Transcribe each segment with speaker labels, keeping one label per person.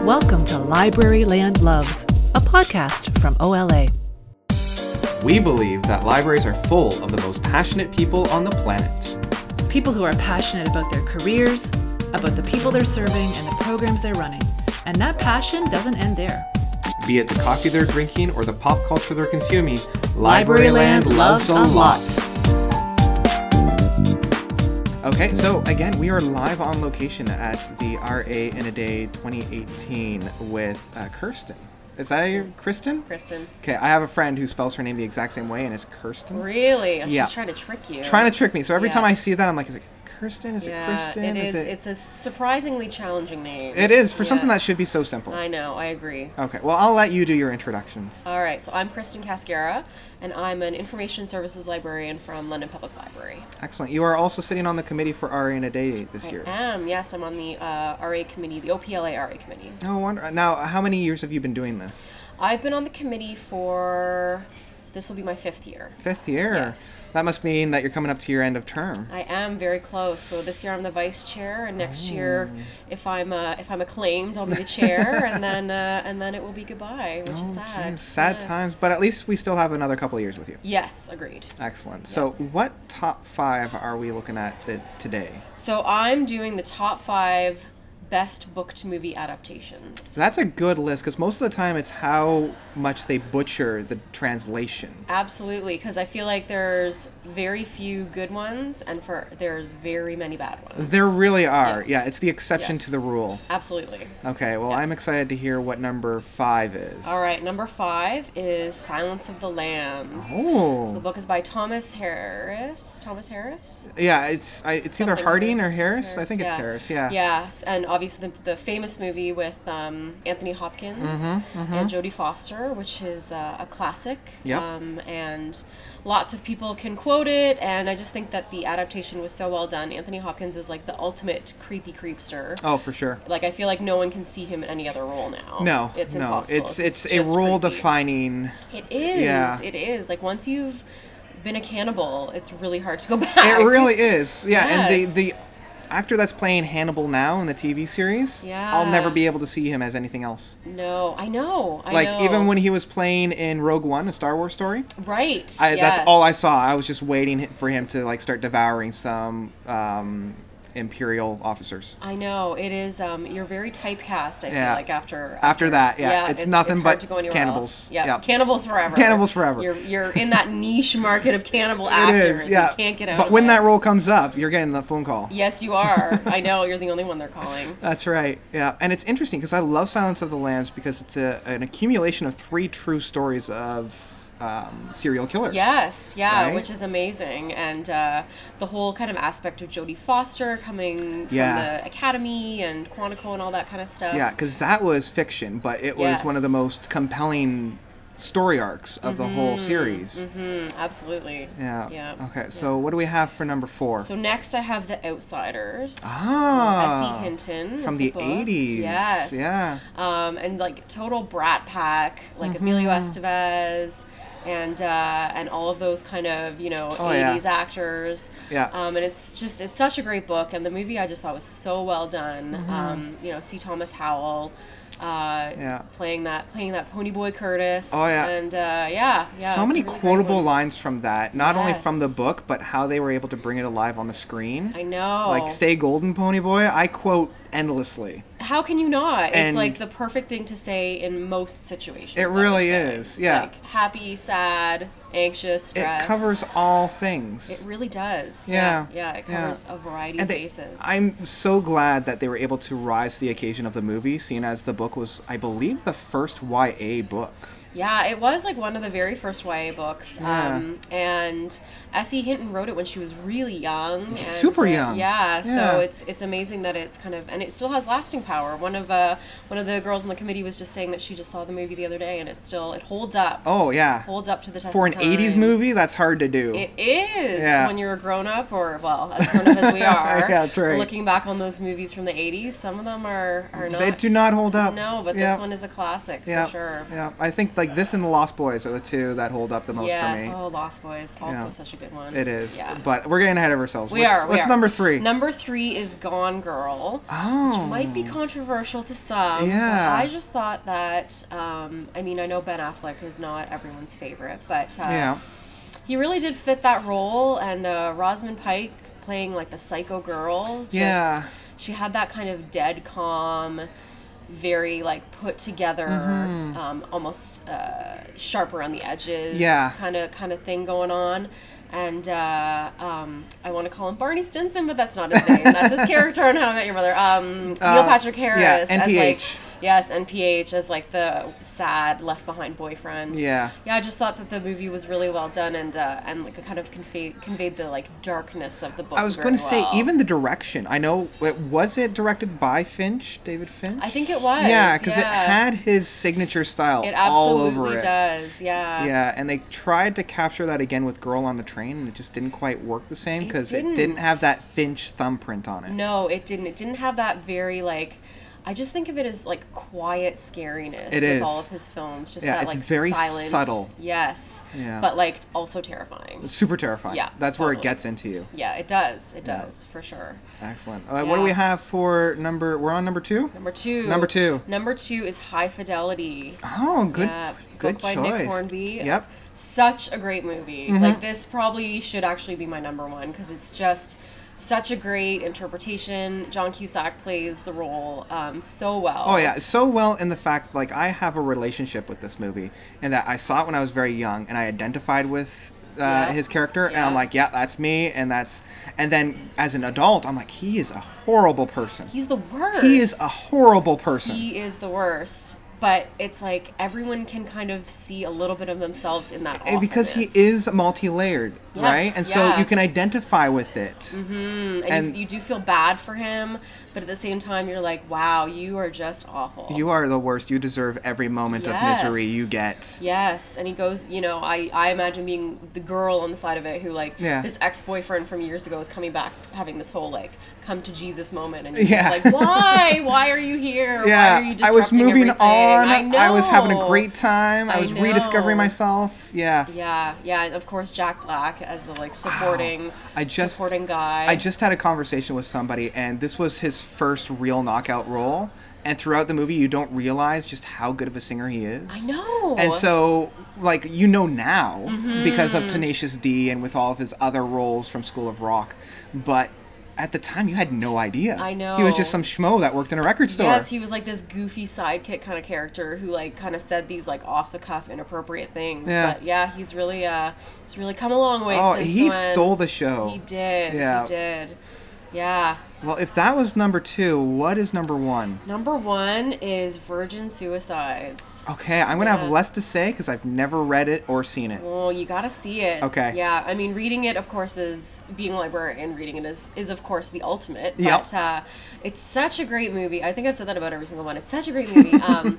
Speaker 1: Welcome to Library Land Loves, a podcast from OLA.
Speaker 2: We believe that libraries are full of the most passionate people on the planet.
Speaker 1: People who are passionate about their careers, about the people they're serving, and the programs they're running. And that passion doesn't end there.
Speaker 2: Be it the coffee they're drinking or the pop culture they're consuming,
Speaker 1: Libraryland loves a lot.
Speaker 2: Okay, so again, we are live on location at the RA in a Day 2018 with uh, Kirsten. Is that you, Kristen?
Speaker 3: Kristen.
Speaker 2: Okay, I have a friend who spells her name the exact same way, and it's Kirsten.
Speaker 3: Really? Oh,
Speaker 2: Yeah.
Speaker 3: She's trying to trick you.
Speaker 2: Trying to trick me. So every
Speaker 3: Yeah.
Speaker 2: time I see that, I'm like, is it Kirsten? Is
Speaker 3: Yeah,
Speaker 2: it Kristen?
Speaker 3: it is.
Speaker 2: It...
Speaker 3: It's a s- surprisingly challenging name.
Speaker 2: It is for something that
Speaker 3: Yes.
Speaker 2: should be so simple.
Speaker 3: I know. I agree.
Speaker 2: Okay, well, I'll let you do your introductions.
Speaker 3: All right. So I'm Kristen Cascara, and I'm an information services librarian from London Public Library.
Speaker 2: Excellent. You are also sitting on the committee for RA in a Day this year.
Speaker 3: I am. Yes, I'm on the uh, RA committee, the OPLA RA committee.
Speaker 2: No wonder. Now, how many years have you been doing this?
Speaker 3: I've been on the committee for. This will be my fifth year.
Speaker 2: Fifth year.
Speaker 3: Yes.
Speaker 2: That must mean that you're coming up to your end of term.
Speaker 3: I am very close. So this year I'm the vice chair, and next year,
Speaker 2: Oh.
Speaker 3: if I'm uh, if I'm acclaimed, I'll be the chair, and then uh, and then it will be goodbye, which is sad.
Speaker 2: Oh, Geez, sad
Speaker 3: Yes.
Speaker 2: times, but at least we still have another couple of years with you.
Speaker 3: Yes, agreed.
Speaker 2: Excellent. So, what top five are we looking at t- today?
Speaker 3: So I'm doing the top five best booked movie adaptations.
Speaker 2: So that's a good list because most of the time it's how much they butcher the translation.
Speaker 3: Absolutely, because I feel like there's very few good ones, and for there's very many bad ones.
Speaker 2: There really are.
Speaker 3: Yes.
Speaker 2: Yeah, it's the exception
Speaker 3: Yes.
Speaker 2: to the rule.
Speaker 3: Absolutely.
Speaker 2: Okay, well, I'm excited to hear what number five is.
Speaker 3: All right, number five is Silence of the Lambs.
Speaker 2: Oh.
Speaker 3: So the book is by Thomas Harris. Thomas Harris.
Speaker 2: Yeah, it's I, it's either
Speaker 3: Something
Speaker 2: Harding or
Speaker 3: Harris,
Speaker 2: Harris. I think it's
Speaker 3: yeah.
Speaker 2: Harris. Yeah.
Speaker 3: Yes, and obviously the, the famous movie with um, Anthony Hopkins
Speaker 2: Mm-hmm,
Speaker 3: and Jodie Foster, which is uh, a classic.
Speaker 2: Yep.
Speaker 3: Um, and lots of people can quote it, and I just think that the adaptation was so well done. Anthony Hopkins is like the ultimate creepy creepster.
Speaker 2: Oh, for sure.
Speaker 3: Like I feel like no one can see him in any other role now.
Speaker 2: No,
Speaker 3: it's
Speaker 2: no,
Speaker 3: impossible.
Speaker 2: it's it's a
Speaker 3: just
Speaker 2: role
Speaker 3: creepy.
Speaker 2: defining.
Speaker 3: It is.
Speaker 2: Yeah.
Speaker 3: It is. Like once you've been a cannibal, it's really hard to go
Speaker 2: It
Speaker 3: back.
Speaker 2: really is. Yeah,
Speaker 3: Yes.
Speaker 2: and the the actor that's playing Hannibal now in the TV series, I'll
Speaker 3: Yeah.
Speaker 2: never be able to see him as anything else.
Speaker 3: No, I know. I
Speaker 2: Like
Speaker 3: know.
Speaker 2: even when he was playing in Rogue One, a Star Wars story,
Speaker 3: Right.
Speaker 2: I,
Speaker 3: yes.
Speaker 2: that's all I saw. I was just waiting hi- for him to like start devouring some um, Imperial officers.
Speaker 3: I know it is. Um, you're very typecast. I
Speaker 2: Yeah.
Speaker 3: feel like after
Speaker 2: After that, yeah, it's nothing
Speaker 3: hard
Speaker 2: but
Speaker 3: to go anywhere
Speaker 2: cannibals.
Speaker 3: Else. Yeah,
Speaker 2: Yep.
Speaker 3: cannibals forever.
Speaker 2: Cannibals forever.
Speaker 3: You're you're in that niche market of cannibal
Speaker 2: It
Speaker 3: actors.
Speaker 2: is, yeah.
Speaker 3: You can't get out.
Speaker 2: But
Speaker 3: of
Speaker 2: when
Speaker 3: it.
Speaker 2: that role comes up, you're getting the phone call.
Speaker 3: yes, you are. I know you're the only one they're calling.
Speaker 2: That's right. Yeah, and it's interesting because I love Silence of the Lambs because it's a, an accumulation of three true stories of um, serial killers.
Speaker 3: Yes, yeah,
Speaker 2: Right?
Speaker 3: which is amazing, and uh, the whole kind of aspect of Jodie Foster coming from
Speaker 2: Yeah.
Speaker 3: the Academy and Quantico and all that kind of stuff.
Speaker 2: Yeah, because that was fiction, but it was one of the
Speaker 3: Yes.
Speaker 2: most compelling story arcs of the whole
Speaker 3: Mm-hmm,
Speaker 2: series.
Speaker 3: Mm, absolutely.
Speaker 2: Yeah.
Speaker 3: Yeah.
Speaker 2: Okay, so what do we have for number four?
Speaker 3: So next I have The Outsiders.
Speaker 2: Ah.
Speaker 3: So Essie Hinton. is
Speaker 2: From the
Speaker 3: book.
Speaker 2: 80s.
Speaker 3: Yes.
Speaker 2: Yeah.
Speaker 3: Um, and like total brat pack, like
Speaker 2: Mm-hmm.
Speaker 3: Emilio Estevez and uh, and all of those kind of, you know,
Speaker 2: Oh, yeah.
Speaker 3: 80s actors.
Speaker 2: Yeah.
Speaker 3: Um, and it's just, it's such a great book. And the movie I just thought was so well done.
Speaker 2: Mm-hmm.
Speaker 3: Um, you know, see Thomas Howell. Uh,
Speaker 2: Yeah.
Speaker 3: playing that playing that pony boy Curtis.
Speaker 2: Oh, yeah.
Speaker 3: and uh, yeah, yeah.
Speaker 2: so
Speaker 3: it's
Speaker 2: many
Speaker 3: a really great
Speaker 2: quotable
Speaker 3: one.
Speaker 2: lines from that, not only from the
Speaker 3: Yes.
Speaker 2: book, but how they were able to bring it alive on the screen.
Speaker 3: I know.
Speaker 2: Like, stay golden, Pony Boy. I quote endlessly.
Speaker 3: how can you not?
Speaker 2: And-
Speaker 3: it's like the perfect thing to say in most situations.
Speaker 2: It
Speaker 3: I would
Speaker 2: really
Speaker 3: say.
Speaker 2: is, yeah.
Speaker 3: Like happy, sad, anxious, stressed.
Speaker 2: It covers all things.
Speaker 3: It really does.
Speaker 2: Yeah,
Speaker 3: Yeah. Yeah. it
Speaker 2: yeah.
Speaker 3: covers a variety
Speaker 2: And
Speaker 3: of
Speaker 2: they-
Speaker 3: bases.
Speaker 2: I'm so glad that they were able to rise to the occasion of the movie, seeing as the book was, I believe, the first YA book.
Speaker 3: yeah, it was like one of the very first YA books.
Speaker 2: Yeah.
Speaker 3: Um, and Essie Hinton wrote it when she was really young. and,
Speaker 2: super
Speaker 3: uh,
Speaker 2: young.
Speaker 3: yeah,
Speaker 2: Yeah.
Speaker 3: So it's it's amazing that it's kind of and it still has lasting power. One of uh one of the girls on the committee was just saying that she just saw the movie the other day and it still it holds up.
Speaker 2: Oh yeah,
Speaker 3: Holds up to the test
Speaker 2: for an
Speaker 3: of
Speaker 2: '80s
Speaker 3: time.
Speaker 2: movie, that's hard to do.
Speaker 3: It is
Speaker 2: Yeah.
Speaker 3: when you're a grown up, or well, as grown up as we are.
Speaker 2: Yeah, that's right.
Speaker 3: Looking back on those movies from the '80s, some of them are are not.
Speaker 2: they do not hold up.
Speaker 3: No, but
Speaker 2: Yeah.
Speaker 3: this one is a classic
Speaker 2: yeah.
Speaker 3: for sure.
Speaker 2: Yeah, I think like like this and the Lost Boys are the two that hold up the most
Speaker 3: yeah.
Speaker 2: for me.
Speaker 3: Oh, Lost Boys, also
Speaker 2: Yeah.
Speaker 3: such a good one.
Speaker 2: It is,
Speaker 3: Yeah.
Speaker 2: but we're getting ahead of ourselves.
Speaker 3: we
Speaker 2: what's,
Speaker 3: are. we
Speaker 2: what's
Speaker 3: are.
Speaker 2: number three?
Speaker 3: Number three is Gone Girl.
Speaker 2: oh,
Speaker 3: which might be controversial to some.
Speaker 2: Yeah.
Speaker 3: But I just thought that, um, I mean, I know Ben Affleck is not everyone's favorite, but uh,
Speaker 2: yeah.
Speaker 3: he really did fit that role. And uh, Rosamund Pike playing like the psycho girl, just,
Speaker 2: Yeah.
Speaker 3: she had that kind of dead calm, very like put together,
Speaker 2: Mm-hmm.
Speaker 3: um, almost uh, sharp around the edges,
Speaker 2: Yeah.
Speaker 3: kind of kind of thing going on. And uh, um, I want to call him Barney Stinson, but that's not his name. That's his character on How I Met Your Mother. Um, Neil
Speaker 2: Uh,
Speaker 3: Patrick Harris
Speaker 2: yeah,
Speaker 3: as like
Speaker 2: NPH.
Speaker 3: yes, NPH as like the sad left behind boyfriend.
Speaker 2: Yeah.
Speaker 3: Yeah, I just thought that the movie was really well done and uh, and like kind of conveyed conveyed the like darkness of the book.
Speaker 2: I was
Speaker 3: going to
Speaker 2: say even the direction. I know it was it directed by Finch, David Finch.
Speaker 3: I think it was,
Speaker 2: Yeah, because it
Speaker 3: yeah.
Speaker 2: had his signature style
Speaker 3: it
Speaker 2: all
Speaker 3: absolutely
Speaker 2: over it.
Speaker 3: does. Yeah.
Speaker 2: Yeah, and they tried to capture that again with Girl on the Train, and it just didn't quite work the same
Speaker 3: It
Speaker 2: because it, didn't
Speaker 3: didn't.
Speaker 2: have that Finch thumbprint on it.
Speaker 3: No, it didn't. It didn't have that very like. I just think of it as like quiet scariness
Speaker 2: It
Speaker 3: with
Speaker 2: is.
Speaker 3: all of his films. Just
Speaker 2: Yeah,
Speaker 3: that
Speaker 2: it's
Speaker 3: like
Speaker 2: very
Speaker 3: silent,
Speaker 2: subtle.
Speaker 3: Yes.
Speaker 2: Yeah.
Speaker 3: But like also terrifying.
Speaker 2: Super terrifying.
Speaker 3: Yeah,
Speaker 2: that's where it
Speaker 3: totally.
Speaker 2: gets into you.
Speaker 3: Yeah, it does. It
Speaker 2: Yeah.
Speaker 3: does for sure.
Speaker 2: Excellent. Uh, What do
Speaker 3: Yeah.
Speaker 2: we have for number? We're on number two.
Speaker 3: Number two.
Speaker 2: Number two.
Speaker 3: Number two is High Fidelity.
Speaker 2: Oh, good,
Speaker 3: Yeah,
Speaker 2: good
Speaker 3: book by
Speaker 2: choice.
Speaker 3: Nick Hornby.
Speaker 2: Yep. Mm-hmm.
Speaker 3: Such a great movie. Like this probably should actually be my number one because it's just such a great interpretation. John Cusack plays the role um, so well.
Speaker 2: Oh yeah, so well in the fact like I have a relationship with this movie, and that I saw it when I was very young, and I identified with uh,
Speaker 3: Yeah.
Speaker 2: his character, and I'm
Speaker 3: Yeah.
Speaker 2: like, yeah, that's me, and that's, and then as an adult, I'm like, he is a horrible person.
Speaker 3: He's the worst.
Speaker 2: He is a horrible person.
Speaker 3: He is the worst. But it's like everyone can kind of see a little bit of themselves in that.
Speaker 2: And Eh, because he
Speaker 3: awfulness.
Speaker 2: is multi-layered,
Speaker 3: Yes,
Speaker 2: right? And so
Speaker 3: yeah. Mm-hmm,
Speaker 2: you can identify with it.
Speaker 3: and,
Speaker 2: And-
Speaker 3: you, you do feel bad for him, but at the same time, you're like, wow, you are just awful.
Speaker 2: You are the worst. You deserve every moment
Speaker 3: Yes.
Speaker 2: of misery you get.
Speaker 3: Yes, and he goes, you know, I, I imagine being the girl on the side of it who, like,
Speaker 2: Yeah.
Speaker 3: this ex boyfriend from years ago is coming back, having this whole, like, come to Jesus moment. And you're
Speaker 2: Yeah.
Speaker 3: just like, why? why are you here? Why are you
Speaker 2: I was
Speaker 3: disrupting
Speaker 2: moving
Speaker 3: everything?
Speaker 2: on.
Speaker 3: I, know.
Speaker 2: was having a great time. I
Speaker 3: I
Speaker 2: was rediscovering
Speaker 3: know.
Speaker 2: myself. Yeah.
Speaker 3: Yeah, yeah, and of course, Jack Black as the, like, supporting,
Speaker 2: I just-
Speaker 3: supporting guy.
Speaker 2: I just had a conversation with somebody, and this was his first real knockout role. And throughout the movie, you don't realize just how good of a singer he is.
Speaker 3: I know.
Speaker 2: And so, like, you know now
Speaker 3: Mm-hmm.
Speaker 2: because of Tenacious D and with all of his other roles from School of Rock. But at the time, you had no idea.
Speaker 3: I know.
Speaker 2: He was just some schmo that worked in a record store.
Speaker 3: Yes, he was like this goofy sidekick kind of character who like kind of said these like off the cuff inappropriate things.
Speaker 2: Yeah.
Speaker 3: But yeah, he's really uh he's really come a long way
Speaker 2: oh,
Speaker 3: since
Speaker 2: he
Speaker 3: then.
Speaker 2: stole the show.
Speaker 3: He did.
Speaker 2: Yeah.
Speaker 3: He did. Yeah.
Speaker 2: Well, if that was number two, what is number one?
Speaker 3: Number 1 is Virgin Suicides.
Speaker 2: Okay, I'm gonna have
Speaker 3: Yeah.
Speaker 2: less to say because I've never read it or seen it.
Speaker 3: Well, you gotta see it.
Speaker 2: Okay.
Speaker 3: Yeah, I mean, reading it, of course, is being a librarian. Reading it is is of course the ultimate.
Speaker 2: Yep.
Speaker 3: But uh, it's such a great movie. I think I've said that about every single one. It's such a great movie. Um,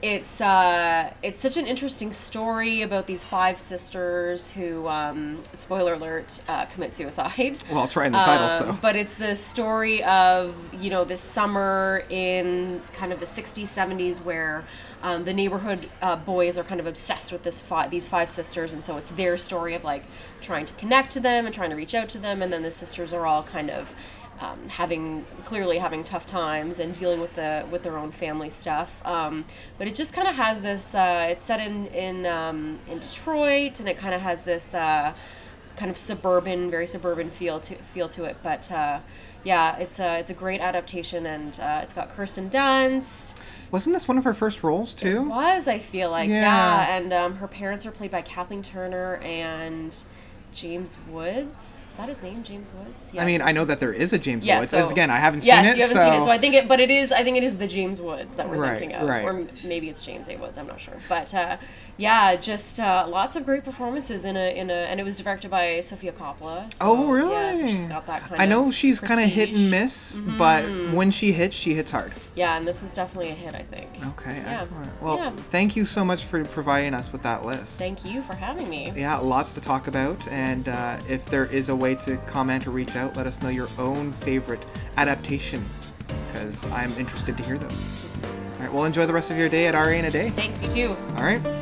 Speaker 3: it's uh, it's such an interesting story about these five sisters who, um, spoiler alert, uh, commit suicide.
Speaker 2: Well, it's right in the title, so.
Speaker 3: Um, But it's the story of, you know, this summer in kind of the 60s, 70s, where um, the neighborhood uh, boys are kind of obsessed with this fi- these five sisters. And so it's their story of like trying to connect to them and trying to reach out to them. And then the sisters are all kind of. Um, having clearly having tough times and dealing with the with their own family stuff, um, but it just kind of has this. Uh, it's set in in um, in Detroit, and it kind of has this uh, kind of suburban, very suburban feel to feel to it. But uh, yeah, it's a it's a great adaptation, and uh, it's got Kirsten Dunst.
Speaker 2: Wasn't this one of her first roles too?
Speaker 3: Was I feel like yeah,
Speaker 2: Yeah.
Speaker 3: and um, her parents are played by Kathleen Turner and James Woods. Is that his name, James Woods? Yeah,
Speaker 2: I mean, I
Speaker 3: James-
Speaker 2: know that there is a James
Speaker 3: Yeah,
Speaker 2: Woods.
Speaker 3: so-
Speaker 2: again, I haven't seen
Speaker 3: yes,
Speaker 2: it.
Speaker 3: you haven't
Speaker 2: so.
Speaker 3: seen it, so I think it, but it is. I think it is the James Woods that we're
Speaker 2: Right,
Speaker 3: thinking of,
Speaker 2: right.
Speaker 3: or m- maybe it's James A. Woods. I'm not sure, but uh, yeah, just uh, lots of great performances in a in a, and it was directed by Sofia Coppola. So,
Speaker 2: oh, really?
Speaker 3: Yeah, so she's got that kind.
Speaker 2: I know
Speaker 3: of
Speaker 2: she's kind of hit and
Speaker 3: prestige. Mm-hmm.
Speaker 2: miss, but when she hits, she hits hard.
Speaker 3: Yeah, and this was definitely a hit, I think.
Speaker 2: Okay,
Speaker 3: Yeah.
Speaker 2: excellent. Well,
Speaker 3: Yeah.
Speaker 2: thank you so much for providing us with that list.
Speaker 3: Thank you for having me.
Speaker 2: yeah, lots to talk about, and uh, if there is a way to comment or reach out, let us know your own favorite adaptation, because I'm interested to hear those. All right, well, enjoy the rest of your day at RA in a day.
Speaker 3: Thanks, you too.
Speaker 2: All right.